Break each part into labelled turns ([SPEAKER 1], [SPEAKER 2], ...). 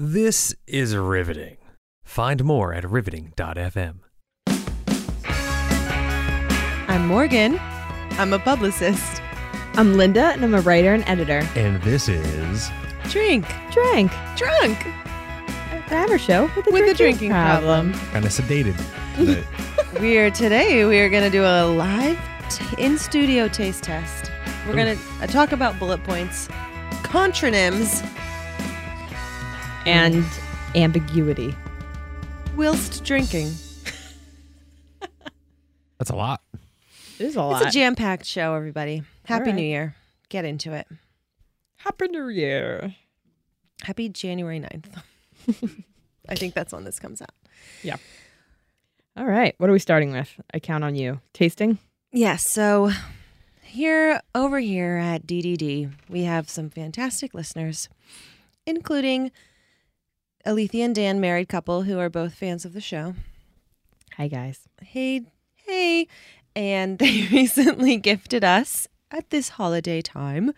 [SPEAKER 1] This is riveting. Find more at riveting.fm.
[SPEAKER 2] I'm Morgan. I'm a publicist.
[SPEAKER 3] I'm Linda, and I'm a writer and editor.
[SPEAKER 1] And this is
[SPEAKER 2] Drink.
[SPEAKER 3] Drink.
[SPEAKER 2] Drunk.
[SPEAKER 3] The Hammer Show with a,
[SPEAKER 2] With a drinking
[SPEAKER 3] drinking,
[SPEAKER 2] problem.
[SPEAKER 4] kind of sedated. But
[SPEAKER 2] We are today, we are going to do a live t- in studio taste test. We're going to talk about bullet points, contronyms,
[SPEAKER 3] And ambiguity.
[SPEAKER 2] whilst drinking.
[SPEAKER 4] that's a lot.
[SPEAKER 3] It is a
[SPEAKER 2] It's a jam packed show, everybody. Happy New Year. Get into it.
[SPEAKER 3] Happy New Year.
[SPEAKER 2] Happy January 9th. I think that's when this comes out.
[SPEAKER 3] All right. What are we starting with? I count on you. Tasting?
[SPEAKER 2] Yeah, so here over here at DDD, we have some fantastic listeners, including Alethea and Dan, married couple, who are both fans of the show.
[SPEAKER 3] Hi, guys.
[SPEAKER 2] Hey, hey. And they recently gifted us at this holiday time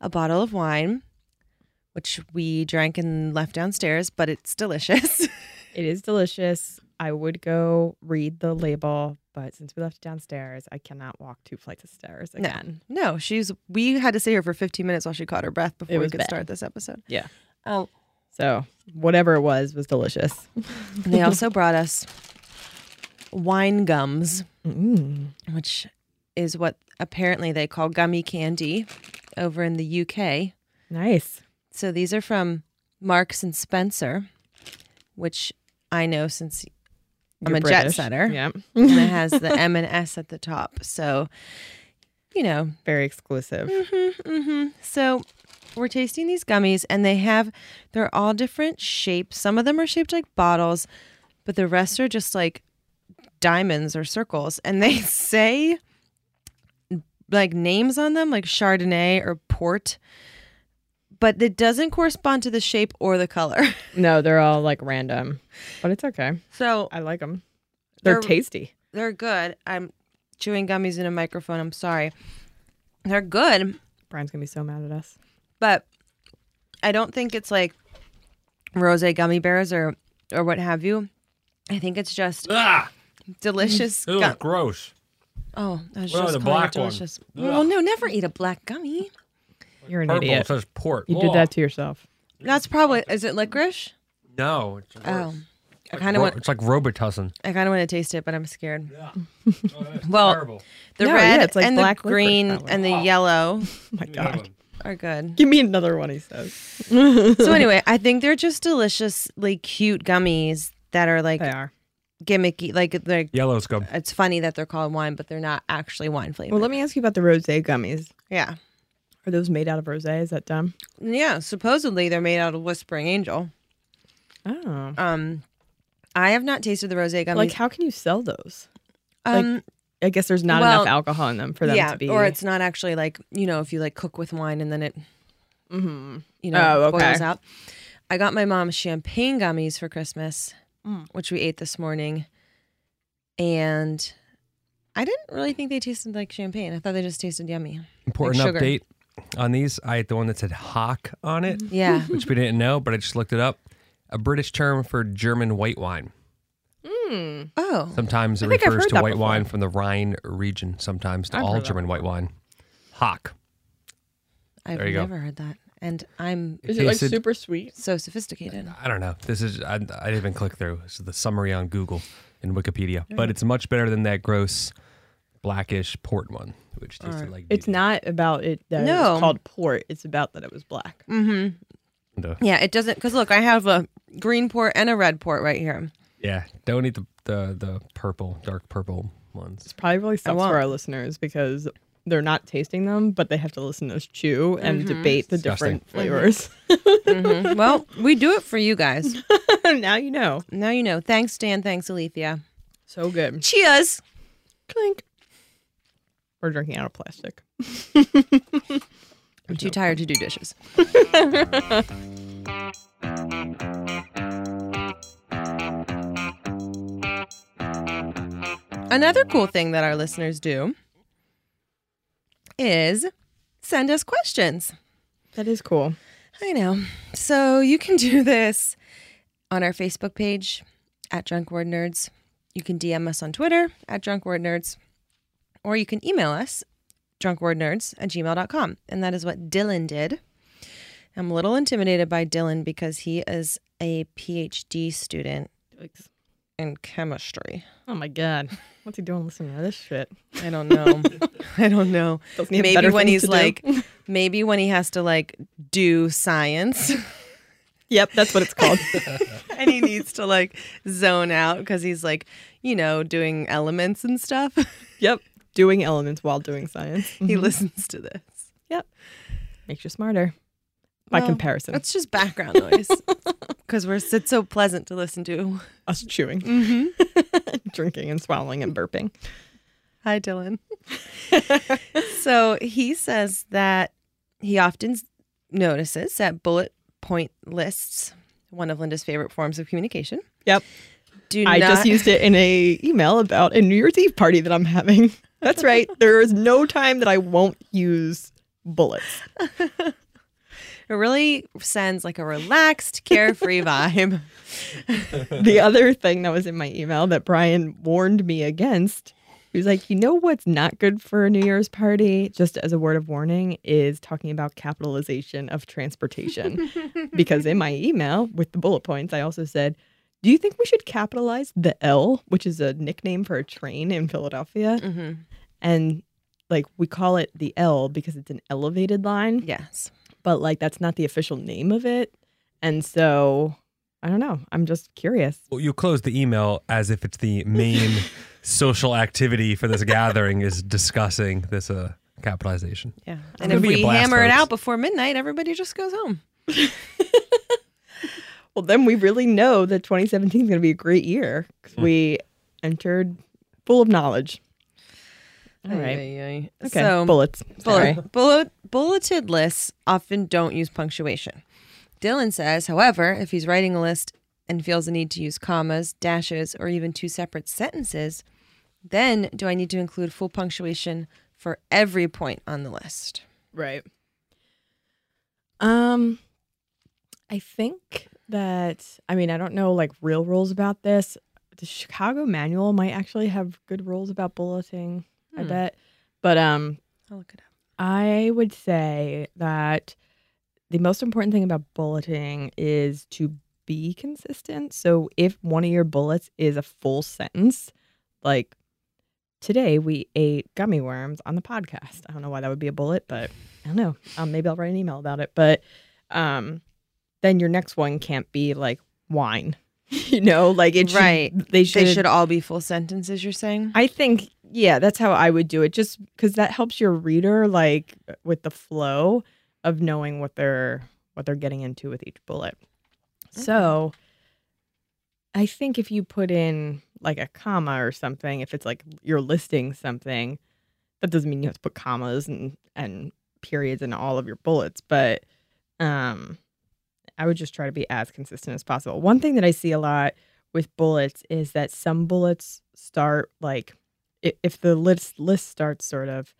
[SPEAKER 2] a bottle of wine, which we drank and left downstairs, but it's delicious.
[SPEAKER 3] It is delicious. I would go read the label, but since we left it downstairs, I cannot walk two flights of stairs
[SPEAKER 2] No.
[SPEAKER 3] again.
[SPEAKER 2] No, she's. We had to sit here for 15 minutes while she caught her breath before we
[SPEAKER 3] was
[SPEAKER 2] could
[SPEAKER 3] bad.
[SPEAKER 2] start this episode.
[SPEAKER 3] Yeah.
[SPEAKER 2] Oh,
[SPEAKER 3] So, whatever it was, was delicious.
[SPEAKER 2] they also brought us wine gums,
[SPEAKER 3] Mm.
[SPEAKER 2] which is what apparently they call gummy candy over in the UK.
[SPEAKER 3] Nice.
[SPEAKER 2] So these are from Marks and Spencer, which I know since I'm
[SPEAKER 3] You're
[SPEAKER 2] a jet
[SPEAKER 3] British.
[SPEAKER 2] setter.
[SPEAKER 3] Yeah.
[SPEAKER 2] and it has the M and S at the top. So, you know,
[SPEAKER 3] Very exclusive.
[SPEAKER 2] hmm So we're tasting these gummies, and they have they're all different shapes. Some of them are shaped like bottles, but the rest are just like diamonds or circles. And they say like names on them, like Chardonnay or port, but it doesn't correspond to the shape or the color.
[SPEAKER 3] No, they're all like random, but it's okay.
[SPEAKER 2] So
[SPEAKER 3] I like them.
[SPEAKER 2] They're-
[SPEAKER 3] they're tasty.
[SPEAKER 2] they're good. I'm chewing gummies in a microphone. I'm sorry. They're good.
[SPEAKER 3] Brian's gonna be so mad at us.
[SPEAKER 2] but I don't think it's like rose gummy bears or or what have you. I think it's just
[SPEAKER 4] Ah,
[SPEAKER 2] delicious.
[SPEAKER 4] ew,
[SPEAKER 2] gum-
[SPEAKER 4] gross.
[SPEAKER 2] oh, I was just
[SPEAKER 4] What about the
[SPEAKER 2] calling
[SPEAKER 4] black
[SPEAKER 2] it
[SPEAKER 4] one?
[SPEAKER 2] delicious. Well, no, never eat a black gummy.
[SPEAKER 3] You're an
[SPEAKER 4] Purple
[SPEAKER 3] idiot.
[SPEAKER 4] says port.
[SPEAKER 3] You did
[SPEAKER 4] Ugh.
[SPEAKER 3] that to yourself.
[SPEAKER 2] That's probably is it licorice?
[SPEAKER 4] No, it's worse.
[SPEAKER 2] Oh, I
[SPEAKER 4] Like
[SPEAKER 2] kind of
[SPEAKER 4] ro-
[SPEAKER 2] want
[SPEAKER 4] It's like Robitussin.
[SPEAKER 2] I kind of want to taste it, but I'm scared.
[SPEAKER 4] well,
[SPEAKER 2] Well, the
[SPEAKER 3] No, yeah,
[SPEAKER 2] red
[SPEAKER 3] it's like
[SPEAKER 2] and
[SPEAKER 3] black
[SPEAKER 2] the
[SPEAKER 3] licorice
[SPEAKER 2] green
[SPEAKER 3] that way.
[SPEAKER 2] and the yellow
[SPEAKER 3] Oh my god.
[SPEAKER 2] are good.
[SPEAKER 3] Give me another one, he says.
[SPEAKER 2] so anyway, I think they're just deliciously cute gummies that are like
[SPEAKER 3] They are.
[SPEAKER 2] gimmicky, like like
[SPEAKER 4] Yellow's
[SPEAKER 3] Uh,
[SPEAKER 4] good.
[SPEAKER 2] it's funny that they're called wine, but they're not actually wine flavored.
[SPEAKER 3] Well, let me ask you about the rose gummies.
[SPEAKER 2] yeah.
[SPEAKER 3] Are those made out of rose? Is that dumb?
[SPEAKER 2] Yeah, supposedly they're made out of whispering angel.
[SPEAKER 3] Oh.
[SPEAKER 2] Um, I have not tasted the rosé gummies.
[SPEAKER 3] Like, how can you sell those?
[SPEAKER 2] um,
[SPEAKER 3] I guess there's not
[SPEAKER 2] Well,
[SPEAKER 3] enough alcohol in them for them
[SPEAKER 2] yeah,
[SPEAKER 3] to be.
[SPEAKER 2] or it's not actually like you know if you like cook with wine and then it
[SPEAKER 3] Mhm.
[SPEAKER 2] you know
[SPEAKER 3] Oh, okay.
[SPEAKER 2] boils out. I got my mom champagne gummies for Christmas,
[SPEAKER 3] Mm.
[SPEAKER 2] which we ate this morning, and I didn't really think they tasted like champagne. I thought they just tasted yummy.
[SPEAKER 4] Important
[SPEAKER 2] sugar.
[SPEAKER 4] update on these. I had the one that said hock on it,
[SPEAKER 3] Mm-hmm.
[SPEAKER 2] Yeah,
[SPEAKER 4] which we didn't know, but I just looked it up. A British term for German white wine.
[SPEAKER 3] Mm.
[SPEAKER 2] oh,
[SPEAKER 4] Sometimes it
[SPEAKER 3] I think I've
[SPEAKER 4] refers
[SPEAKER 3] heard
[SPEAKER 4] to
[SPEAKER 3] that
[SPEAKER 4] white wine
[SPEAKER 3] before.
[SPEAKER 4] from the Rhine region, sometimes to
[SPEAKER 3] I've
[SPEAKER 4] all
[SPEAKER 3] heard that
[SPEAKER 4] German white wine. Hock.
[SPEAKER 2] I've
[SPEAKER 4] There you go.
[SPEAKER 2] never heard that, and I'm
[SPEAKER 3] Is it like
[SPEAKER 4] tasted-
[SPEAKER 3] super sweet?
[SPEAKER 2] so sophisticated.
[SPEAKER 4] I don't know. This is I, I didn't even click through. This is the summary on Google and Wikipedia, but it's much better than that gross blackish port one, which tasted
[SPEAKER 2] Alright.
[SPEAKER 4] like
[SPEAKER 3] It's not about it that it
[SPEAKER 2] No.
[SPEAKER 3] was called port. It's about that it was black.
[SPEAKER 2] Mm-hmm.
[SPEAKER 4] not.
[SPEAKER 2] Yeah, it doesn't because look, I have a green port and a red port right here.
[SPEAKER 4] Yeah, don't eat the, the the purple, dark purple ones.
[SPEAKER 3] It's probably sucks
[SPEAKER 2] won't.
[SPEAKER 3] for our listeners because they're not tasting them, but they have to listen to us chew and
[SPEAKER 2] Mm-hmm.
[SPEAKER 3] debate the
[SPEAKER 4] Disgusting.
[SPEAKER 3] different flavors.
[SPEAKER 2] Mhm. well, we do it for you guys.
[SPEAKER 3] now you know.
[SPEAKER 2] Now you know. Thanks, Dan. Thanks, Alethea.
[SPEAKER 3] So good.
[SPEAKER 2] Cheers.
[SPEAKER 3] Clink. We're drinking out of plastic.
[SPEAKER 2] I'm too tired to do dishes. Another cool thing that our listeners do is send us questions.
[SPEAKER 3] That is cool.
[SPEAKER 2] I know. So you can do this on our Facebook page at Drunk Word Nerds. You can DM us on Twitter at Drunk Word Nerds, or you can email us drunkwordnerds at gmail.com. And that is what Dylan did. I'm a little intimidated by Dylan because he is a PhD student in chemistry.
[SPEAKER 3] Oh my god, what's he doing listening to this shit?
[SPEAKER 2] I don't know. I don't know.
[SPEAKER 3] Doesn't he have
[SPEAKER 2] Maybe
[SPEAKER 3] better
[SPEAKER 2] when he's
[SPEAKER 3] things to do?
[SPEAKER 2] like, maybe when he has to like do science.
[SPEAKER 3] yep, that's what it's called.
[SPEAKER 2] and he needs to like zone out because he's like, you know, doing elements and stuff.
[SPEAKER 3] yep, doing elements while doing science.
[SPEAKER 2] He
[SPEAKER 3] Mhm.
[SPEAKER 2] listens to this.
[SPEAKER 3] makes you smarter by
[SPEAKER 2] Well,
[SPEAKER 3] comparison.
[SPEAKER 2] It's just background noise because we're it's so pleasant to listen to.
[SPEAKER 3] us chewing,
[SPEAKER 2] Mm-hmm.
[SPEAKER 3] drinking, and swallowing and burping.
[SPEAKER 2] Hi, Dylan. so he says that he often s- notices that bullet point lists, one of Linda's favorite forms of communication.
[SPEAKER 3] Yep.
[SPEAKER 2] Do
[SPEAKER 3] I
[SPEAKER 2] not,
[SPEAKER 3] just used it in a email about a New Year's Eve party that I'm having. That's right. There is no time that I won't use bullets.
[SPEAKER 2] It really sends like a relaxed, carefree vibe.
[SPEAKER 3] The other thing that was in my email that Brian warned me against, he was like, you know what's not good for a New Year's party, just as a word of warning, is talking about capitalization of transportation. because in my email with the bullet points, I also said, do you think we should capitalize the L, which is a nickname for a train in Philadelphia?
[SPEAKER 2] hmm
[SPEAKER 3] And like we call it the L because it's an elevated line
[SPEAKER 2] Yes.
[SPEAKER 3] but like that's not the official name of it. And so I don't know. I'm just curious.
[SPEAKER 4] Well, you close the email as if it's the main social activity for this gathering is discussing this uh, capitalization.
[SPEAKER 2] Yeah. And
[SPEAKER 4] gonna
[SPEAKER 2] if
[SPEAKER 4] be a
[SPEAKER 2] we
[SPEAKER 4] blast,
[SPEAKER 2] hammer it
[SPEAKER 4] folks.
[SPEAKER 2] out before midnight, everybody just goes home.
[SPEAKER 3] Well, then we really know that 2017 is going to be a great year 'cause we entered full of knowledge. All right. Okay.
[SPEAKER 2] So
[SPEAKER 3] bullets. Sorry.
[SPEAKER 2] bullet, bullet, bulleted lists often don't use punctuation. Dylan says, however, if he's writing a list and feels the need to use commas, dashes, or even two separate sentences, then do I need to include full punctuation for every point on the list?
[SPEAKER 3] Right. Um I think that I mean, I don't know like real rules about this. The Chicago manual might actually have good rules about bulleting, I
[SPEAKER 2] Hmm.
[SPEAKER 3] bet. But um
[SPEAKER 2] I'll look it up.
[SPEAKER 3] I would say that the most important thing about bulleting is to be consistent. So if one of your bullets is a full sentence, like today we ate gummy worms on the podcast. I don't know why that would be a bullet, but I don't know. Um, maybe I'll write an email about it. But um, then your next one can't be like wine. you know, like it should,
[SPEAKER 2] Right.
[SPEAKER 3] They should.
[SPEAKER 2] They should all be full sentences, you're saying?
[SPEAKER 3] I think yeah, that's how I would do it just cuz that helps your reader like with the flow of knowing what they're what they're getting into with each bullet. So I think if you put in like a comma or something, if it's like you're listing something, that doesn't mean you have to put commas and and periods in all of your bullets, but um I would just try to be as consistent as possible. One thing that I see a lot with bullets is that some bullets start like i- if the list list starts sort of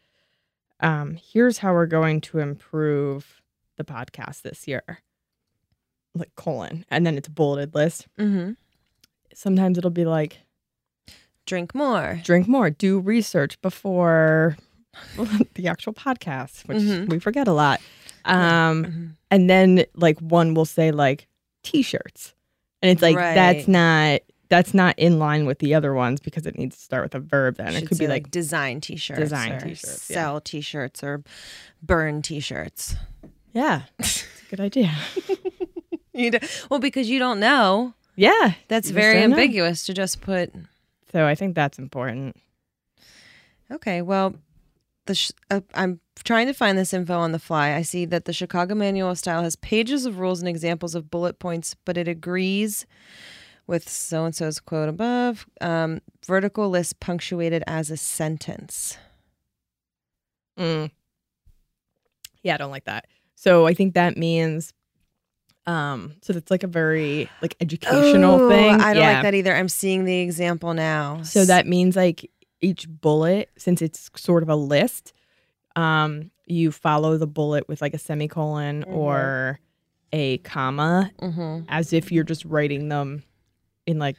[SPEAKER 3] um here's how we're going to improve the podcast this year like colon and then it's a bulleted list
[SPEAKER 2] mm-hmm.
[SPEAKER 3] sometimes it'll be like
[SPEAKER 2] Drink more.
[SPEAKER 3] drink more do research before the actual podcast which
[SPEAKER 2] Mhm.
[SPEAKER 3] we forget a lot um
[SPEAKER 2] Mhm.
[SPEAKER 3] and then like one will say like t-shirts and it's like that's
[SPEAKER 2] Right.
[SPEAKER 3] not that's not in line with the other ones because it needs to start with a verb then it
[SPEAKER 2] Should
[SPEAKER 3] could be
[SPEAKER 2] say,
[SPEAKER 3] like
[SPEAKER 2] design t-shirts
[SPEAKER 3] design
[SPEAKER 2] or
[SPEAKER 3] t-shirts, yeah.
[SPEAKER 2] sell t-shirts or burn t-shits
[SPEAKER 3] yeah it's a good idea
[SPEAKER 2] you d- well because you don't know
[SPEAKER 3] yeah
[SPEAKER 2] that's
[SPEAKER 3] You just
[SPEAKER 2] very
[SPEAKER 3] don't know.
[SPEAKER 2] ambiguous to just put
[SPEAKER 3] so i think that's important
[SPEAKER 2] okay well the sh- uh, i'm trying to find this info on the fly i see that the chicago manual of style has pages of rules and examples of bullet points but it agrees with so and so's quote above um, vertical list punctuated as a sentence
[SPEAKER 3] Mm. yeah i don't like that so i think that means um so that's like a very like educational
[SPEAKER 2] Oh,
[SPEAKER 3] thing
[SPEAKER 2] i don't
[SPEAKER 3] yeah.
[SPEAKER 2] like that either i'm seeing the example now
[SPEAKER 3] So that means like each bullet, since it's sort of a list, um, you follow the bullet with like a semicolon
[SPEAKER 2] Mhm.
[SPEAKER 3] or a comma
[SPEAKER 2] Mm-hmm.
[SPEAKER 3] as if you're just writing them in like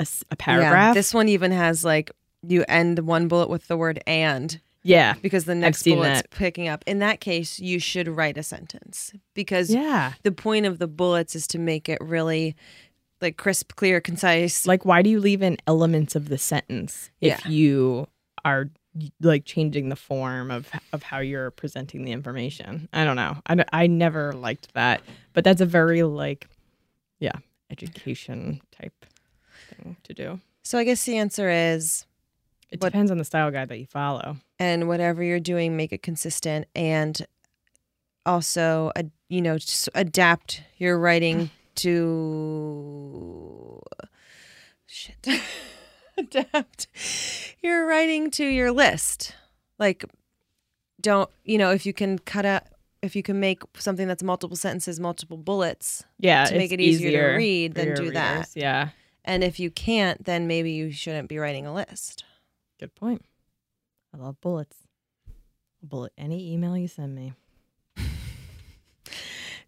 [SPEAKER 3] a, s- a
[SPEAKER 2] Yeah,
[SPEAKER 3] paragraph.
[SPEAKER 2] this one even has like you end one bullet with the word and
[SPEAKER 3] yeah.
[SPEAKER 2] because the next
[SPEAKER 3] seen
[SPEAKER 2] bullet's
[SPEAKER 3] that.
[SPEAKER 2] picking up. In that case, you should write a sentence because
[SPEAKER 3] Yeah.
[SPEAKER 2] the point of the bullets is to make it really like crisp, clear, concise.
[SPEAKER 3] Like, why do you leave in elements of the sentence if you are like changing the form of of how you're presenting the information? I don't know. I, don't- I never liked that, but that's a very like, yeah, education type thing to do.
[SPEAKER 2] So I guess the answer is
[SPEAKER 3] It
[SPEAKER 2] What-
[SPEAKER 3] depends on the style guide that you follow.
[SPEAKER 2] and whatever you're doing make it consistent and also uh, you know s adapt your writing to shit adapt your writing to your list like don't you know if you can cut out if you can make something that's multiple sentences multiple bullets
[SPEAKER 3] Yeah,
[SPEAKER 2] to make
[SPEAKER 3] it's
[SPEAKER 2] it Uh, easier, to
[SPEAKER 3] for
[SPEAKER 2] read than
[SPEAKER 3] your
[SPEAKER 2] do that
[SPEAKER 3] readers. Yeah,
[SPEAKER 2] and if you can't then maybe you shouldn't be writing a list
[SPEAKER 3] good point. I love bullets. Bullet any email you send me.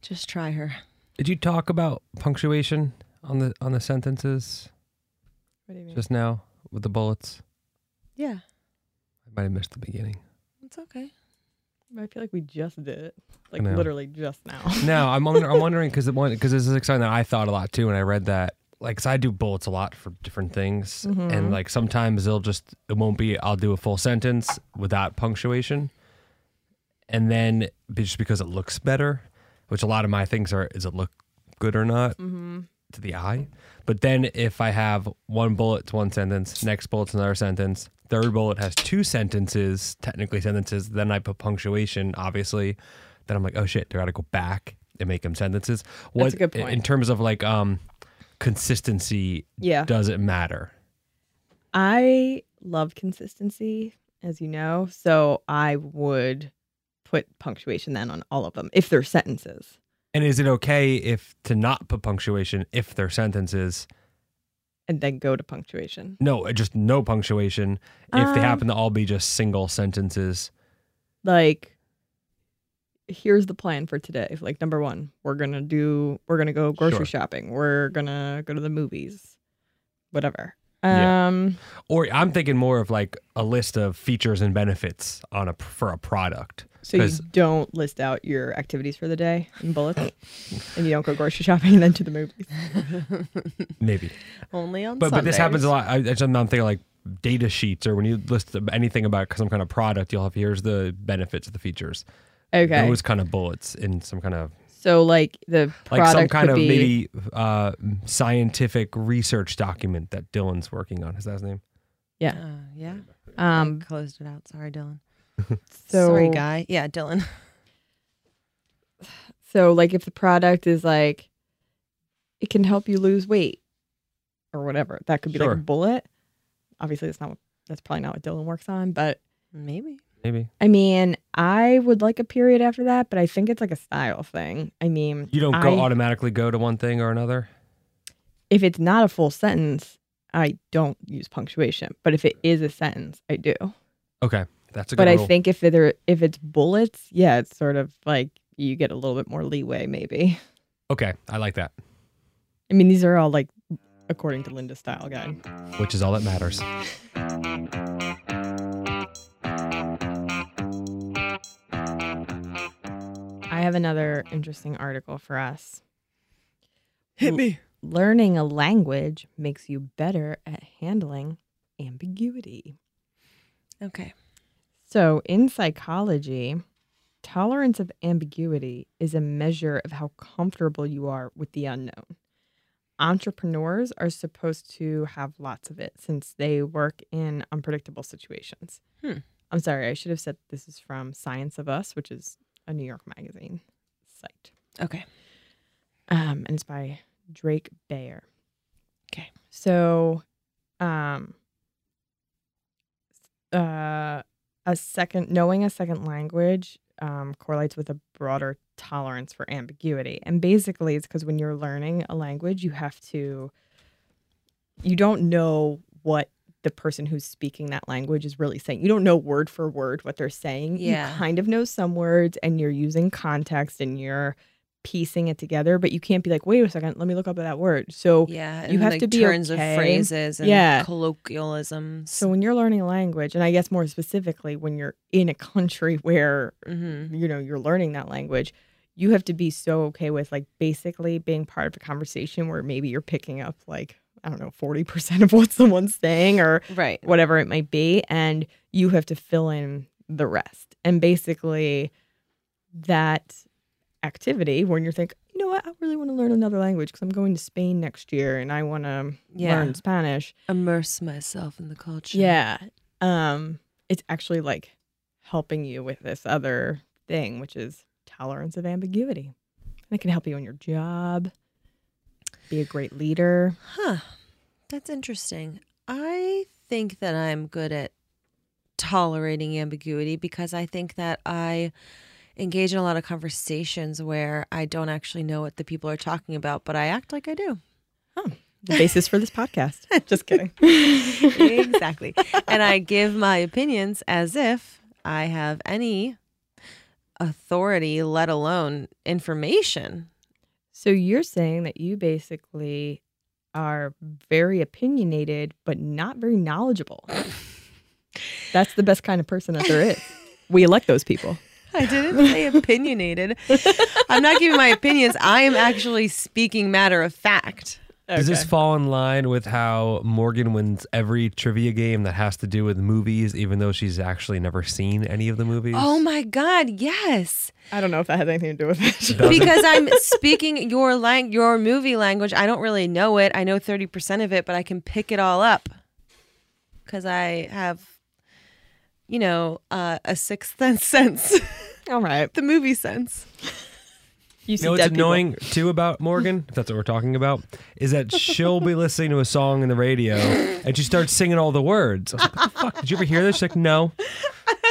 [SPEAKER 2] just try her
[SPEAKER 4] Did you talk about punctuation on the on the sentences
[SPEAKER 3] What do you mean?
[SPEAKER 4] just now with the bullets?
[SPEAKER 2] yeah
[SPEAKER 4] I might have missed the beginning.
[SPEAKER 2] it's okay
[SPEAKER 3] I feel like we just did it, like
[SPEAKER 4] know.
[SPEAKER 3] literally just now.
[SPEAKER 4] No, I'm wonder, I'm wondering because because this is something that I thought a lot too when I read that. Like, 'cause I do bullets a lot for different things, and like sometimes they'll just it won't be. I'll do a full sentence without punctuation, and then be- just because it looks better, which a lot of my things are, is it look good or not
[SPEAKER 2] Mm-hmm.
[SPEAKER 4] to the eye. But then if I have one bullet's one sentence, next bullet's another sentence, third bullet has two sentences, technically sentences, then I put punctuation, obviously. Then I'm like, oh shit, do I gotta go back and make them sentences? What
[SPEAKER 3] a good point.
[SPEAKER 4] in terms of like um consistency
[SPEAKER 3] Yeah.
[SPEAKER 4] does it matter?
[SPEAKER 3] I love consistency, as you know. So I would put punctuation then on all of them if they're sentences.
[SPEAKER 4] And is it okay if to not put punctuation if they're sentences?
[SPEAKER 3] And then go to punctuation.
[SPEAKER 4] No, just no punctuation if
[SPEAKER 3] Um,
[SPEAKER 4] they happen to all be just single sentences.
[SPEAKER 3] Like, here's the plan for today. Like, number one, we're going to do, we're going to go grocery
[SPEAKER 4] Sure.
[SPEAKER 3] shopping. We're going to go to the movies, whatever.
[SPEAKER 4] Yeah.
[SPEAKER 3] Um,
[SPEAKER 4] Or I'm thinking more of like a list of features and benefits on a for a product.
[SPEAKER 3] So you
[SPEAKER 4] 'Cause-
[SPEAKER 3] don't list out your activities for the day in bullets, and you don't go grocery shopping and then to the movies.
[SPEAKER 4] Maybe.
[SPEAKER 2] only on
[SPEAKER 4] But but this happens
[SPEAKER 2] Sundays.
[SPEAKER 4] a lot. I, that's something I'm thinking like data sheets or when you list anything about some kind of product, you'll have here's the benefits of the features.
[SPEAKER 3] Okay.
[SPEAKER 4] Those kind of bullets in some kind of
[SPEAKER 3] so like the
[SPEAKER 4] like
[SPEAKER 3] product
[SPEAKER 4] some kind
[SPEAKER 3] could
[SPEAKER 4] of
[SPEAKER 3] be
[SPEAKER 4] maybe uh, scientific research document that Dylan's working on. Is that his name?
[SPEAKER 2] Uh, yeah.
[SPEAKER 3] um.
[SPEAKER 2] closed it out. Sorry, Dylan.
[SPEAKER 3] So
[SPEAKER 2] Sorry, guy. Yeah, Dylan.
[SPEAKER 3] so like if the product is like, it can help you lose weight, or whatever. That could be
[SPEAKER 4] Sure.
[SPEAKER 3] like a bullet. Obviously, that's not. What, that's probably not what Dylan works on, but
[SPEAKER 2] Maybe.
[SPEAKER 4] Maybe.
[SPEAKER 3] I mean, I would like a period after that, but I think it's like a style thing. I mean,
[SPEAKER 4] You don't go
[SPEAKER 3] I-
[SPEAKER 4] automatically go to one thing or another.
[SPEAKER 3] if it's not a full sentence, I don't use punctuation. But if it is a sentence, I do.
[SPEAKER 4] Okay. That's a good
[SPEAKER 3] But I
[SPEAKER 4] rule.
[SPEAKER 3] think if they're if it's bullets, yeah, it's sort of like you get a little bit more leeway, maybe.
[SPEAKER 4] okay, I like that.
[SPEAKER 3] I mean, these are all like according to Linda's style guide.
[SPEAKER 4] Which is all that matters.
[SPEAKER 3] I have another interesting article for us.
[SPEAKER 2] Hit me.
[SPEAKER 3] Learning a language makes you better at handling ambiguity.
[SPEAKER 2] Okay.
[SPEAKER 3] So, in psychology, tolerance of ambiguity is a measure of how comfortable you are with the unknown. Entrepreneurs are supposed to have lots of it since they work in unpredictable situations.
[SPEAKER 2] Hmm.
[SPEAKER 3] I'm sorry, I should have said this is from Science of Us, which is a New York magazine site
[SPEAKER 2] Okay.
[SPEAKER 3] um, and it's by Drake Bayer.
[SPEAKER 2] Okay.
[SPEAKER 3] So, um, uh, a second knowing a second language um, correlates with a broader tolerance for ambiguity, and basically, it's because when you're learning a language, you have to, you don't know what the person who's speaking that language is really saying. You don't know word for word what they're saying.
[SPEAKER 2] Yeah.
[SPEAKER 3] You kind of know some words, and you're using context, and you're piecing it together, but you can't be like, wait a second, let me look up that word. So
[SPEAKER 2] Yeah,
[SPEAKER 3] you have
[SPEAKER 2] like,
[SPEAKER 3] to be
[SPEAKER 2] turns
[SPEAKER 3] okay.
[SPEAKER 2] of phrases and
[SPEAKER 3] Yeah.
[SPEAKER 2] colloquialisms.
[SPEAKER 3] So when you're learning a language, and I guess more specifically when you're in a country where
[SPEAKER 2] Mhm.
[SPEAKER 3] you know you're learning that language, you have to be so okay with like basically being part of a conversation where maybe you're picking up like I don't know forty percent of what someone's saying or
[SPEAKER 2] right,
[SPEAKER 3] whatever it might be, and you have to fill in the rest. And basically, that activity when you're think, you know what, I really want to learn another language because I'm going to Spain next year and I want to
[SPEAKER 2] Yeah.
[SPEAKER 3] learn Spanish.
[SPEAKER 2] immerse myself in the culture.
[SPEAKER 3] Yeah. Um, it's actually like helping you with this other thing, which is tolerance of ambiguity. And it can help you in your job, be a great leader.
[SPEAKER 2] Huh. That's interesting. I think that I'm good at tolerating ambiguity because I think that I engage in a lot of conversations where I don't actually know what the people are talking about, but I act like I do.
[SPEAKER 3] The basis for this podcast. Just kidding.
[SPEAKER 2] exactly. And I give my opinions as if I have any authority, let alone information.
[SPEAKER 3] So you're saying that you basically are very opinionated, but not very knowledgeable. That's the best kind of person that there is. We elect those people.
[SPEAKER 2] I didn't say opinionated. I'm not giving my opinions. I am actually speaking matter of fact.
[SPEAKER 4] Does this fall in line with how Morgan wins every trivia game that has to do with movies, even though she's actually never seen any of the movies?
[SPEAKER 2] Oh my God, yes.
[SPEAKER 3] I don't know if that has anything to do with it.
[SPEAKER 4] Does it?
[SPEAKER 2] Because I'm speaking your lang- your movie language. I don't really know it. I know 30% of it, but I can pick it all up because I have, you know, uh, a sixth sense,
[SPEAKER 3] All right.
[SPEAKER 2] the movie sense.
[SPEAKER 3] You see
[SPEAKER 4] You know what's
[SPEAKER 3] dead people.
[SPEAKER 4] annoying too about Morgan, if that's what we're talking about, is that she'll be listening to a song in the radio and she starts singing all the words. I was like, what the fuck? Did you ever hear this? She's like, no.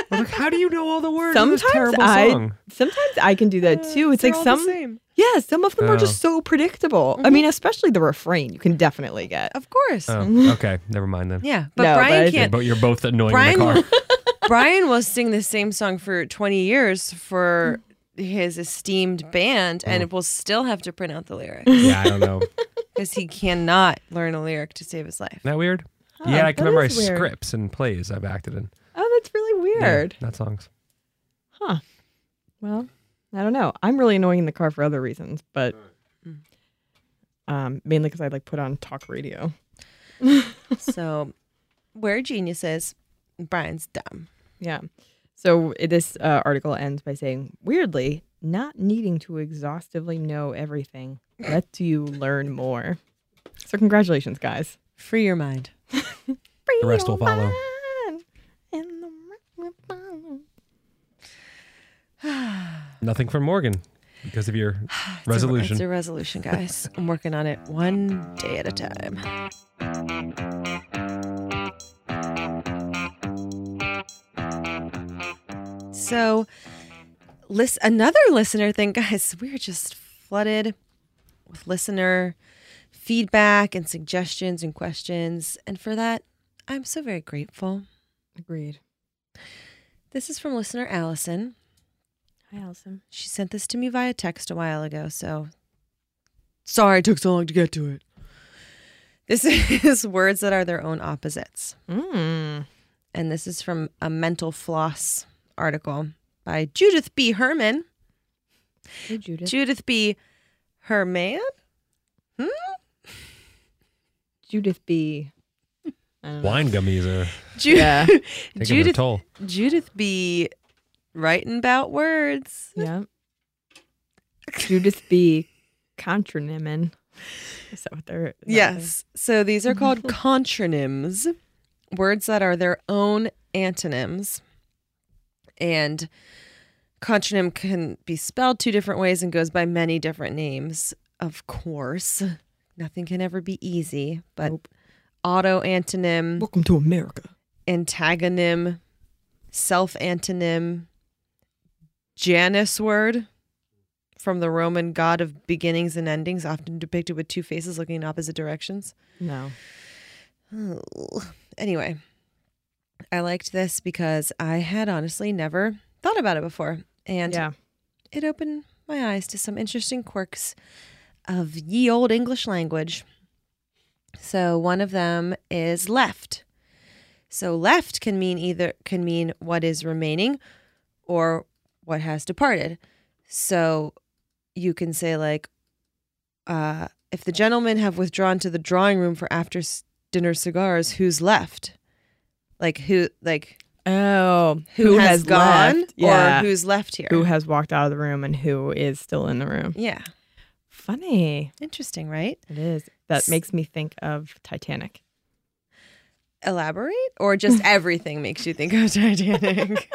[SPEAKER 4] I'm like, how do you know all the words of this
[SPEAKER 3] Sometimes
[SPEAKER 4] terrible
[SPEAKER 3] I
[SPEAKER 4] song?
[SPEAKER 3] sometimes I can do that too. It's
[SPEAKER 2] They're
[SPEAKER 3] like
[SPEAKER 2] all
[SPEAKER 3] some
[SPEAKER 2] the same.
[SPEAKER 3] yeah, some of them are just
[SPEAKER 4] Oh.
[SPEAKER 3] so predictable. I mean, especially the refrain, you can definitely get.
[SPEAKER 2] Of course.
[SPEAKER 4] Oh, okay, never mind then.
[SPEAKER 2] yeah. But
[SPEAKER 3] No, but I
[SPEAKER 2] Brian
[SPEAKER 3] think-
[SPEAKER 4] You're,
[SPEAKER 2] can't.
[SPEAKER 4] bo- you're both annoying in
[SPEAKER 2] Brian-
[SPEAKER 4] the car.
[SPEAKER 2] Brian will sing the same song for 20 years for
[SPEAKER 3] Mm.
[SPEAKER 2] his esteemed band and will still have to print out the lyrics
[SPEAKER 4] yeah, I don't know. Isn't
[SPEAKER 2] because he cannot learn a lyc to save his life.
[SPEAKER 4] that weird? yeah, I
[SPEAKER 3] Oh, that
[SPEAKER 4] can memorize
[SPEAKER 3] is weird.
[SPEAKER 4] scripts and plays I've acted in.
[SPEAKER 3] Oh, that's really
[SPEAKER 4] Yeah,
[SPEAKER 3] weird.
[SPEAKER 4] not songs.
[SPEAKER 3] Well, I don't know. I'm really annoying in the car for other reasons, but um, mainly because I like put on talk radio.
[SPEAKER 2] So we're geniuses. Brian's dumb.
[SPEAKER 3] Yeah. So it- this uh, article ends by saying, weirdly, not needing to exhaustively know everything lets you learn more. So congratulations, guys.
[SPEAKER 2] Free your mind.
[SPEAKER 4] The rest will follow. Nothing from Morgan because of your
[SPEAKER 2] It's a, it's
[SPEAKER 4] resolution.
[SPEAKER 2] a resolution, guys. I'm working on it one day at a time. So, list another listener thing, guys. We're just flooded with listener feedback and suggestions and questions, and for that, I'm so very grateful.
[SPEAKER 3] Agreed.
[SPEAKER 2] This is from listener Allison.
[SPEAKER 3] Hi, Allison.
[SPEAKER 2] She sent this to me via text a while ago, so sorry it took so long to get to it. This is words that are their own opposites.
[SPEAKER 3] Mm.
[SPEAKER 2] And this is from a mental floss article by Judith B. Herman.
[SPEAKER 3] Hey, Judith.
[SPEAKER 2] Judith B. Herman?
[SPEAKER 3] Judith B. I don't know.
[SPEAKER 4] Wine gummies are
[SPEAKER 2] Ju-
[SPEAKER 3] Yeah.
[SPEAKER 4] taking their
[SPEAKER 2] Judith,
[SPEAKER 4] toll.
[SPEAKER 2] Judith B. Writing about words.
[SPEAKER 3] Yeah. Judith B. Contronymin. Is that what they're? is that what
[SPEAKER 2] Yes. So these are called contronyms, words that are their own antonyms. And contronym can be spelled two different ways and goes by many different names, of course. Nothing can ever be easy, but
[SPEAKER 3] Nope.
[SPEAKER 2] auto
[SPEAKER 3] they're-
[SPEAKER 2] antonym,
[SPEAKER 3] Welcome to America.
[SPEAKER 2] antagonym, self antonym, Janus word from the Roman god of beginnings and endings, often depicted with two faces looking in opposite directions.
[SPEAKER 3] No.
[SPEAKER 2] Anyway, I liked this because I had honestly never thought about it before. And
[SPEAKER 3] yeah.
[SPEAKER 2] it opened my eyes to some interesting quirks of ye old English language. So one of them is left. So left can mean either can mean what is remaining or what has departed. So you can say like uh if the gentlemen have withdrawn to the drawing room for after s- dinner cigars, who's left? Like who like
[SPEAKER 3] Oh,
[SPEAKER 2] who, has, gone
[SPEAKER 3] left? Yeah.
[SPEAKER 2] or who's left here?
[SPEAKER 3] who has walked out of the room and who is still in the room.
[SPEAKER 2] yeah.
[SPEAKER 3] Funny.
[SPEAKER 2] Interesting, right?
[SPEAKER 3] It is. That
[SPEAKER 2] S-
[SPEAKER 3] makes me think of Titanic.
[SPEAKER 2] Elaborate or just everything makes you think of Titanic?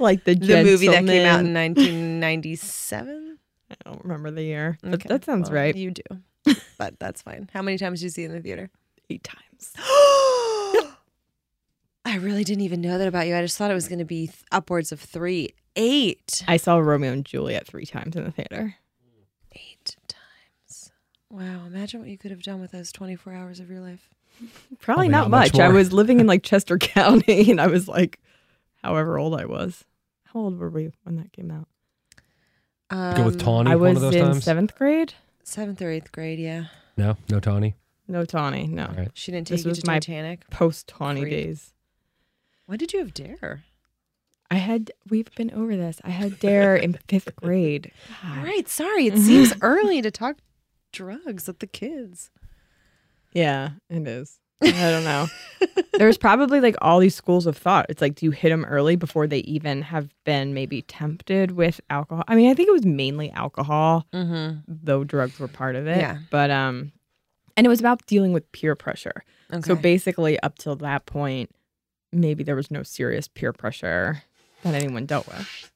[SPEAKER 3] Like the,
[SPEAKER 2] the movie that came out in
[SPEAKER 3] gentleman-
[SPEAKER 2] 1997?
[SPEAKER 3] I don't remember the year. But
[SPEAKER 2] Okay,
[SPEAKER 3] that sounds
[SPEAKER 2] well,
[SPEAKER 3] right.
[SPEAKER 2] You do. But that's fine. How many times did you see it in the theater?
[SPEAKER 3] Eight times.
[SPEAKER 2] I really didn't even know that about you. I just thought it was going to be th- upwards of three. Eight.
[SPEAKER 3] I saw Romeo and Juliet three times in the theater.
[SPEAKER 2] Eight times. Wow. Imagine what you could have done with those 24 hours of your life.
[SPEAKER 3] Probably
[SPEAKER 4] Probably
[SPEAKER 3] not,
[SPEAKER 4] not much
[SPEAKER 3] much. I
[SPEAKER 4] more.
[SPEAKER 3] was living in like Chester County and I was like, however old I was. How old were we when that came out?
[SPEAKER 2] Um,
[SPEAKER 4] Go with Tawny
[SPEAKER 3] I
[SPEAKER 4] one
[SPEAKER 3] was
[SPEAKER 4] of those
[SPEAKER 3] in
[SPEAKER 4] times.
[SPEAKER 3] seventh grade.
[SPEAKER 2] Seventh or eighth grade, yeah.
[SPEAKER 4] No, no Tawny.
[SPEAKER 3] No Tawny, no.
[SPEAKER 4] All right.
[SPEAKER 2] She didn't take
[SPEAKER 3] This
[SPEAKER 2] you
[SPEAKER 3] was
[SPEAKER 2] to
[SPEAKER 3] my-
[SPEAKER 2] Titanic.
[SPEAKER 3] Post Tawny
[SPEAKER 2] Creep.
[SPEAKER 3] days.
[SPEAKER 2] When did you have Dare?
[SPEAKER 3] I had we've been over this. I had Dare in fifth grade.
[SPEAKER 2] All
[SPEAKER 3] God.
[SPEAKER 2] right, sorry. It seems early to talk drugs with the kids.
[SPEAKER 3] Yeah, it is. I don't know. There's probably like all these schools of thought. It's like, do you hit them early before they even have been maybe tempted with alcohol? I mean, I think it was mainly alcohol,
[SPEAKER 2] Mm-hmm.
[SPEAKER 3] though drugs were part of it.
[SPEAKER 2] Yeah.
[SPEAKER 3] But um, and it was about dealing with peer pressure.
[SPEAKER 2] Okay.
[SPEAKER 3] So basically, up till that point, maybe there was no serious peer pressure that anyone dealt with.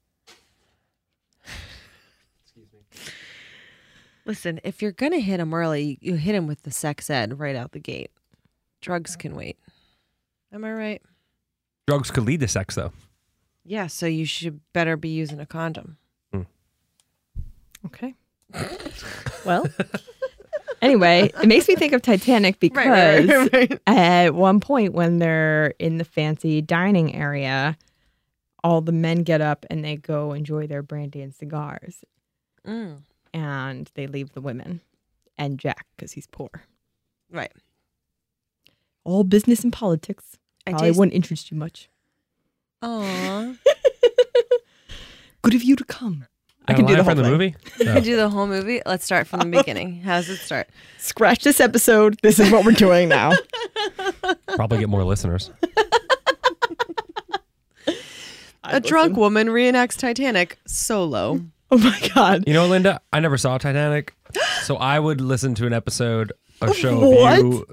[SPEAKER 2] Listen, if you're gonna hit him early, you hit him with the sex ed right out the gate. Drugs can wait. Am I right?
[SPEAKER 4] Drugs could lead to sex though.
[SPEAKER 2] Yeah, so you should better be using a condom.
[SPEAKER 3] Okay. well, anyway, it makes me think of Titanic because at one point when they're in the fancy dining area, all the men get up and they go enjoy their brandy and cigars,
[SPEAKER 2] Mm,
[SPEAKER 3] and they leave the women and Jack because he's poor.
[SPEAKER 2] right.
[SPEAKER 3] All business and politics.
[SPEAKER 2] I
[SPEAKER 3] probably
[SPEAKER 2] taste-
[SPEAKER 3] wouldn't interest you much.
[SPEAKER 2] Aw.
[SPEAKER 3] Good of you to come. Oh, I
[SPEAKER 4] Got
[SPEAKER 3] can
[SPEAKER 4] a
[SPEAKER 3] do the
[SPEAKER 4] line
[SPEAKER 3] whole
[SPEAKER 4] from the
[SPEAKER 3] thing.
[SPEAKER 4] movie.
[SPEAKER 2] Can we do the whole movie? Let's start from the beginning. How does it start?
[SPEAKER 3] Scratch this episode. This is what we're doing now.
[SPEAKER 4] Probably get more listeners.
[SPEAKER 2] A drunk woman reenacts Titanic solo.
[SPEAKER 3] Oh my god.
[SPEAKER 4] You know, Linda, I never saw Titanic, so I would listen to an episode, a show
[SPEAKER 3] What?
[SPEAKER 4] of you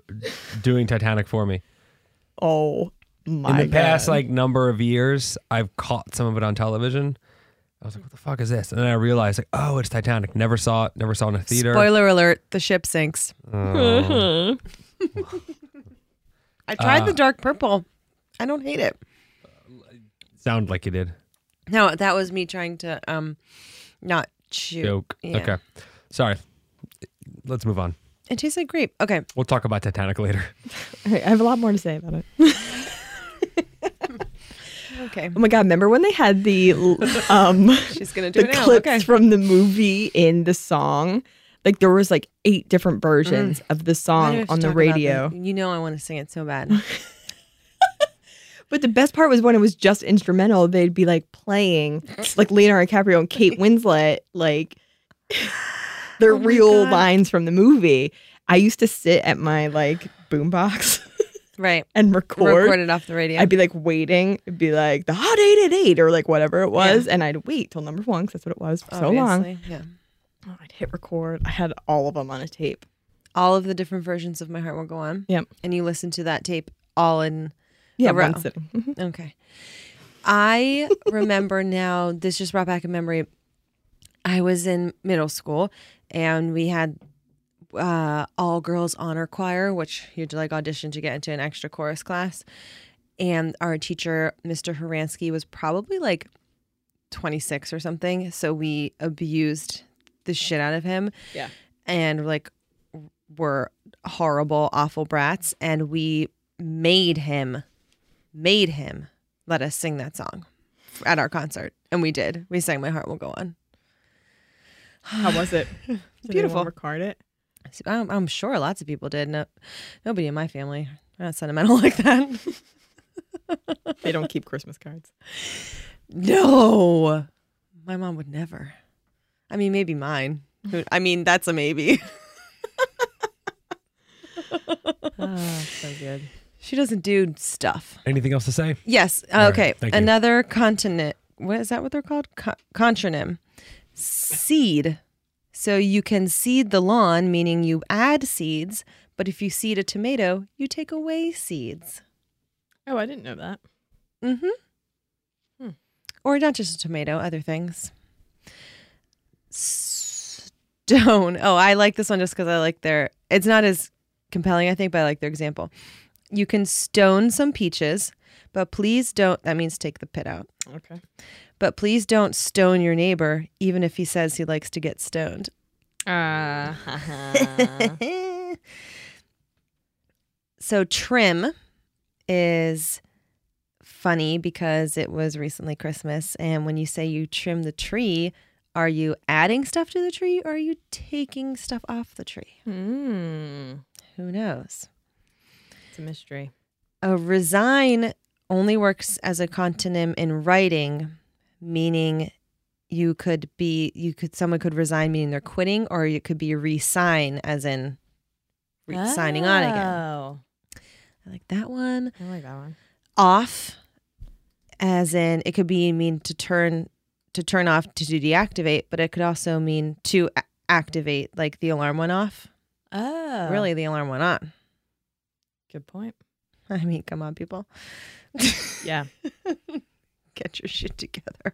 [SPEAKER 4] doing Titanic for me.
[SPEAKER 3] Oh
[SPEAKER 4] In
[SPEAKER 3] my
[SPEAKER 4] the past
[SPEAKER 3] god.
[SPEAKER 4] like number of years, I've caught some of it on television. I was like, "What the fuck is this?" And then I realized, like, "Oh, it's Titanic." Never saw it. Never saw it in a theater.
[SPEAKER 2] Spoiler alert, the ship sinks.
[SPEAKER 4] Oh.
[SPEAKER 2] I tried
[SPEAKER 4] Ah.
[SPEAKER 2] the dark purple. I don't hate it.
[SPEAKER 4] Sound like you did.
[SPEAKER 2] No, that was me trying to um not chew.
[SPEAKER 4] Joke.
[SPEAKER 2] Yeah.
[SPEAKER 4] Okay. Sorry. Let's move on.
[SPEAKER 2] It tastes like grape. Okay.
[SPEAKER 4] We'll talk about Titanic later.
[SPEAKER 3] Okay, I have a lot more to say about it.
[SPEAKER 2] Okay.
[SPEAKER 3] Oh my god! Remember when they had the um
[SPEAKER 2] She's gonna do
[SPEAKER 3] the
[SPEAKER 2] it now.
[SPEAKER 3] clips
[SPEAKER 2] Okay.
[SPEAKER 3] from the movie in the song? Like there was like eight different versions
[SPEAKER 2] Why
[SPEAKER 3] of the
[SPEAKER 2] do we have
[SPEAKER 3] song
[SPEAKER 2] Mm. to
[SPEAKER 3] on the
[SPEAKER 2] talk about
[SPEAKER 3] radio.
[SPEAKER 2] this? You know I want to sing it so bad.
[SPEAKER 3] But the best part was when it was just instrumental. They'd be like playing like Leonardo DiCaprio and Kate Winslet like their
[SPEAKER 2] Oh my
[SPEAKER 3] real
[SPEAKER 2] God.
[SPEAKER 3] lines from the movie. I used to sit at my like boombox
[SPEAKER 2] right.
[SPEAKER 3] and
[SPEAKER 2] Record it off the radio.
[SPEAKER 3] I'd be like waiting. It'd be like the hot eight at eight or like whatever it was, and I'd wait till number one because that's what it was for so long.
[SPEAKER 2] obviously. Yeah.
[SPEAKER 3] Oh, I'd hit record. I had all of them on a tape.
[SPEAKER 2] All of the different versions of My Heart Will Go On.
[SPEAKER 3] Yep.
[SPEAKER 2] And you listen to that tape all in
[SPEAKER 3] Yeah,
[SPEAKER 2] row.
[SPEAKER 3] one sitting. Mhm.
[SPEAKER 2] Okay. I remember now, this just brought back a memory. I was in middle school and we had uh, all girls honor choir, which you had to like audition to get into an extra chorus class. And our teacher, Mr. Horansky, was probably like 26 or something. So we abused the shit out of him.
[SPEAKER 3] Yeah.
[SPEAKER 2] And like were horrible, awful brats. And we made him, made him let us sing that song at our concert. And we did. We sang My Heart Will Go On.
[SPEAKER 3] How was it? Did
[SPEAKER 2] Beautiful.
[SPEAKER 3] Anyone record it.
[SPEAKER 2] So I'm, I'm sure lots of people did. No, nobody in my family. They're not sentimental like that.
[SPEAKER 3] They don't keep Christmas cards.
[SPEAKER 2] no, my mom would never. I mean, maybe mine. Who- I mean, that's a maybe.
[SPEAKER 3] Oh, so good.
[SPEAKER 2] She doesn't do stuff.
[SPEAKER 4] Anything else to say?
[SPEAKER 2] Yes.
[SPEAKER 4] All right,
[SPEAKER 2] okay.
[SPEAKER 4] thank you.
[SPEAKER 2] Another continent. What is that? What they're called? Co- contronym. Seed. So you can seed the lawn, meaning you add seeds. But if you seed a tomato, you take away seeds.
[SPEAKER 3] Oh, I didn't know that.
[SPEAKER 2] Mm-hmm.
[SPEAKER 3] Hmm.
[SPEAKER 2] Or not just a tomato, other things. Stone. Oh, I like this one just because I like their. It's not as compelling, I think, but I like their example. You can stone some peaches, but please don't. That means take the pit out.
[SPEAKER 3] Okay.
[SPEAKER 2] But please don't stone your neighbor, even if he says he likes to get stoned.
[SPEAKER 3] Uh, Uh-huh.
[SPEAKER 2] so trim is funny because it was recently Christmas and when you say you trim the tree, are you adding stuff to the tree or are you taking stuff off the tree?
[SPEAKER 3] hmm.
[SPEAKER 2] Who knows?
[SPEAKER 3] It's a mystery.
[SPEAKER 2] A Uh, resign only works as a contonym in writing, meaning you could be you could someone could resign meaning they're quitting, or it could be resign as in re- signing on again.
[SPEAKER 3] Oh,
[SPEAKER 2] I like that one.
[SPEAKER 3] I like that one.
[SPEAKER 2] Off, as in it could be mean to turn to turn off to deactivate, but it could also mean to a- activate, like the alarm went off.
[SPEAKER 3] Oh,
[SPEAKER 2] Really, the alarm went on.
[SPEAKER 3] Good point.
[SPEAKER 2] I mean, come on, people.
[SPEAKER 3] Yeah.
[SPEAKER 2] get your shit together.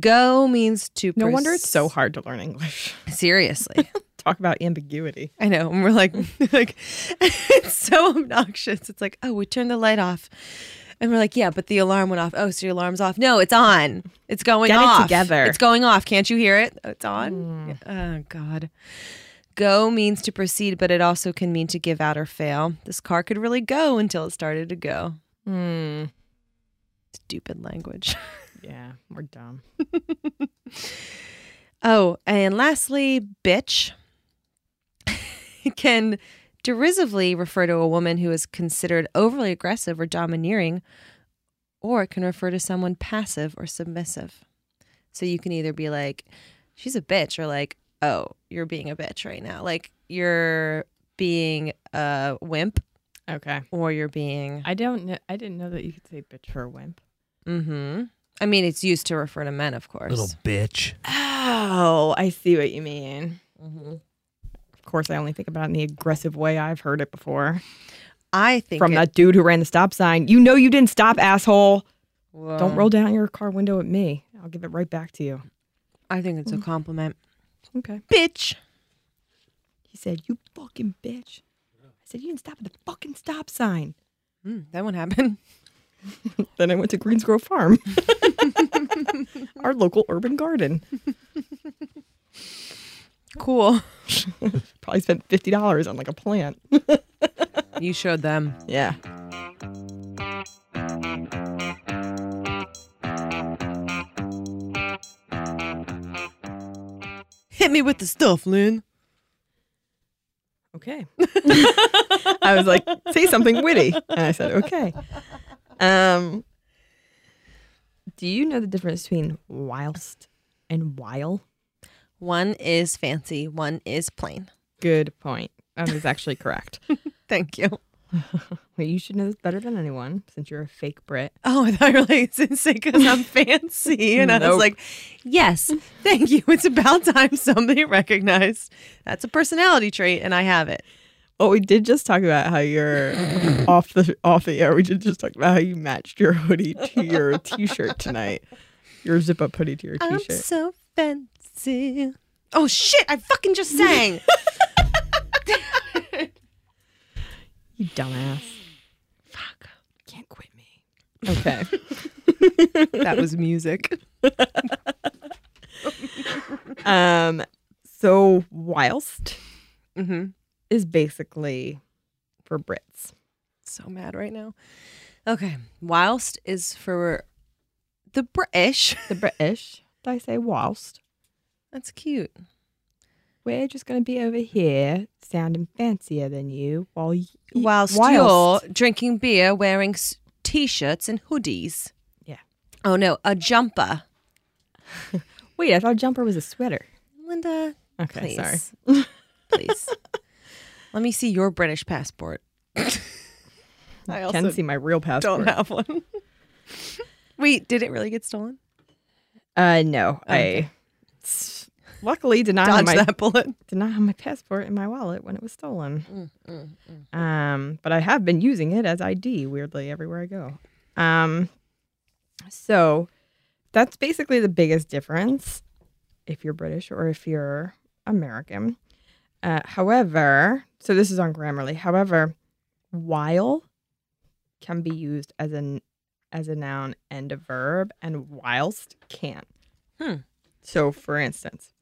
[SPEAKER 2] Go means to.
[SPEAKER 3] No wonder it's so
[SPEAKER 2] pers-
[SPEAKER 3] hard to learn English.
[SPEAKER 2] Seriously,
[SPEAKER 3] Talk about ambiguity.
[SPEAKER 2] I know. And we're like, like, it's so obnoxious. It's like, oh, we turned the light off, and we're like, yeah, but the alarm went off. Oh, so your alarm's off? No, it's on. It's going
[SPEAKER 3] Get it
[SPEAKER 2] off.
[SPEAKER 3] together.
[SPEAKER 2] It's going off. Can't you hear it? It's on. Oh God. Go means to proceed, but it also can mean to give out or fail. This car could really go until it started to go.
[SPEAKER 3] Hmm.
[SPEAKER 2] Stupid language.
[SPEAKER 3] Yeah, we're dumb.
[SPEAKER 2] Oh, and lastly, bitch can derisively refer to a woman who is considered overly aggressive or domineering, or it can refer to someone passive or submissive. So you can either be like, she's a bitch, or like, oh, you're being a bitch right now. Like, you're being a wimp,
[SPEAKER 3] Okay.
[SPEAKER 2] or you're being.
[SPEAKER 3] I don't know. I didn't know that you could say bitch for a wimp.
[SPEAKER 2] Mm hmm. I mean, it's used to refer to men, of course.
[SPEAKER 4] Little bitch.
[SPEAKER 3] Oh, I see what you mean.
[SPEAKER 2] Mhm.
[SPEAKER 3] Of course, I only think about it in the aggressive way. I've heard it before
[SPEAKER 2] I think
[SPEAKER 3] from
[SPEAKER 2] it-
[SPEAKER 3] that dude who ran the stop sign. You know you didn't stop, asshole.
[SPEAKER 2] Whoa.
[SPEAKER 3] Don't roll down your car window at me. I'll give it right back to you.
[SPEAKER 2] I think it's a compliment,
[SPEAKER 3] Okay.
[SPEAKER 2] bitch.
[SPEAKER 3] He said, "You fucking bitch." I said, "You didn't stop at the fucking stop sign."
[SPEAKER 2] Mm, that one happened.
[SPEAKER 3] Then I went to Greensgrove Farm, our local urban garden.
[SPEAKER 2] Cool.
[SPEAKER 3] Probably spent fifty dollars on like a plant.
[SPEAKER 2] You showed them.
[SPEAKER 3] Yeah.
[SPEAKER 2] Hit me with the stuff, Lynn.
[SPEAKER 3] Okay. I was like, say something witty. And I said, okay. Um, do you know the difference between whilst and while?
[SPEAKER 2] One is fancy, one is plain.
[SPEAKER 3] Good point. That is actually correct.
[SPEAKER 2] Thank you.
[SPEAKER 3] Well, you should know this better than anyone since you're a fake Brit.
[SPEAKER 2] Oh, I thought you were like, it's because I'm fancy. And I was
[SPEAKER 3] Nope.
[SPEAKER 2] like, yes, thank you. It's about time somebody recognized that's a personality trait and I have it.
[SPEAKER 3] Well, Oh, we did just talk about how you're off the off the air. We did just talk about how you matched your hoodie to your t-shirt tonight. Your zip up hoodie to your
[SPEAKER 2] I'm
[SPEAKER 3] t-shirt.
[SPEAKER 2] so fancy. Oh, shit. I fucking just sang.
[SPEAKER 3] You dumbass. Fuck. Can't quit me. Okay.
[SPEAKER 2] that was music.
[SPEAKER 3] um so whilst
[SPEAKER 2] Mm-hmm.
[SPEAKER 3] is basically for Brits.
[SPEAKER 2] so mad right now. Okay. Whilst is for the British.
[SPEAKER 3] The British. Did I say whilst?
[SPEAKER 2] That's cute.
[SPEAKER 3] We're just going to be over here sounding fancier than you while you.
[SPEAKER 2] Whilst,
[SPEAKER 3] Whilst.
[SPEAKER 2] you're drinking beer, wearing s- t-shirts and hoodies.
[SPEAKER 3] Yeah.
[SPEAKER 2] Oh no, a jumper.
[SPEAKER 3] Wait, I thought jumper was a sweater.
[SPEAKER 2] Linda,
[SPEAKER 3] Okay,
[SPEAKER 2] please,
[SPEAKER 3] sorry.
[SPEAKER 2] please. Let me see your British passport. I
[SPEAKER 3] Can see my real passport.
[SPEAKER 2] don't have one. Wait, did it really get stolen?
[SPEAKER 3] Uh, no,
[SPEAKER 2] Okay.
[SPEAKER 3] I luckily did not have
[SPEAKER 2] Dodge
[SPEAKER 3] my
[SPEAKER 2] that bullet.
[SPEAKER 3] did not have my passport in my wallet when it was stolen. Um, but I have been using it as ID weirdly everywhere I go. Um, so that's basically the biggest difference if you're British or if you're American. Uh, however, so this is on Grammarly. However, while can be used as an as a noun and a verb, and whilst can.
[SPEAKER 2] Hmm.
[SPEAKER 3] So, for instance,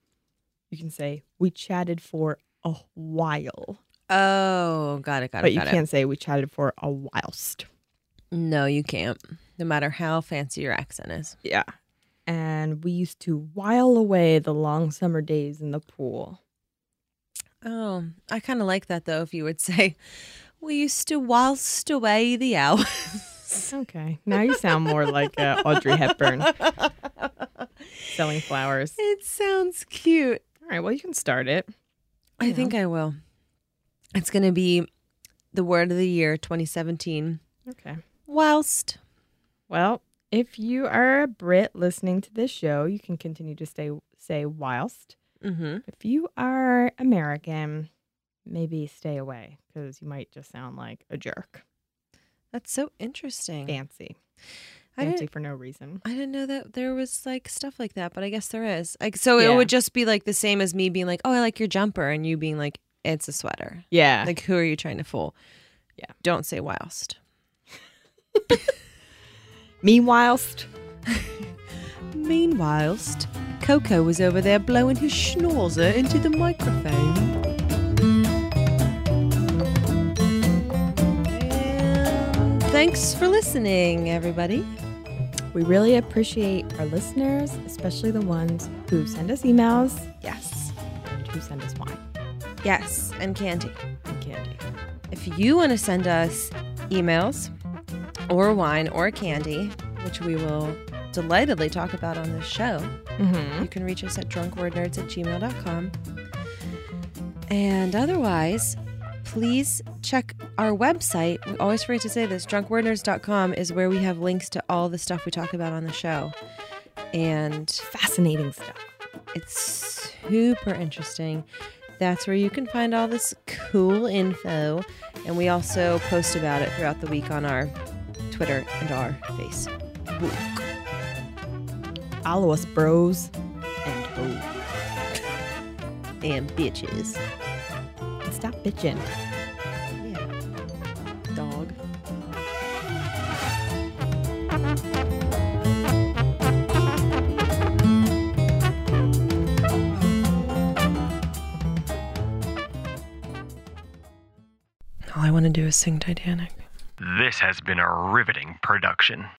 [SPEAKER 3] you can say we chatted for a while,
[SPEAKER 2] Oh, got it, got it,
[SPEAKER 3] but you
[SPEAKER 2] got it.
[SPEAKER 3] can't say we chatted for a whilst.
[SPEAKER 2] No, you can't. No matter how fancy your accent is.
[SPEAKER 3] Yeah. And we used to while away the long summer days in the pool.
[SPEAKER 2] Oh, I kind of like that though. If you would say, "We used to whilst away the hours."
[SPEAKER 3] Okay. Now you sound more like uh, Audrey Hepburn selling flowers.
[SPEAKER 2] it sounds cute.
[SPEAKER 3] All right. Well, you can start it.
[SPEAKER 2] I
[SPEAKER 3] Yeah.
[SPEAKER 2] think I will. It's going to be the word of the year 2017.
[SPEAKER 3] Okay.
[SPEAKER 2] Whilst.
[SPEAKER 3] Well, if you are a Brit listening to this show, you can continue to stay say whilst.
[SPEAKER 2] Mm-hmm.
[SPEAKER 3] If you are American, maybe stay away because you might just sound like a jerk.
[SPEAKER 2] That's so interesting.
[SPEAKER 3] Fancy.
[SPEAKER 2] I
[SPEAKER 3] Fancy
[SPEAKER 2] didn't,
[SPEAKER 3] for no reason.
[SPEAKER 2] I didn't know that there was like stuff like that, but I guess there is. Like, so
[SPEAKER 3] Yeah.
[SPEAKER 2] it would just be like the same as me being like, oh, I like your jumper, and you being like, it's a sweater.
[SPEAKER 3] Yeah.
[SPEAKER 2] Like, who are you trying to fool?
[SPEAKER 3] Yeah.
[SPEAKER 2] Don't say whilst.
[SPEAKER 3] me whilst.
[SPEAKER 2] Meanwhilest, Coco was over there blowing his schnorzer into the microphone. And Thanks for listening, everybody.
[SPEAKER 3] We really appreciate our listeners, especially the ones who send us emails
[SPEAKER 2] Yes.
[SPEAKER 3] and who send us wine
[SPEAKER 2] Yes, and candy.
[SPEAKER 3] and candy.
[SPEAKER 2] If you want to send us emails or wine or candy, which we will delightedly talk about on this show,
[SPEAKER 3] Mm-hmm.
[SPEAKER 2] You can reach us at drunkwordnerds at gmail.com. And otherwise, please check our website. We always forget to say this drunkwordnerds.com is where we have links to all the stuff we talk about on the show. And
[SPEAKER 3] Fascinating stuff.
[SPEAKER 2] it's super interesting. That's where you can find all this cool info. And we also post about it throughout the week on our Twitter and our Facebook.
[SPEAKER 3] Follow us, bros and hoes.
[SPEAKER 2] And bitches.
[SPEAKER 3] Stop bitching.
[SPEAKER 2] Yeah. Dog. All I want to do is sing Titanic.
[SPEAKER 1] This has been a riveting production.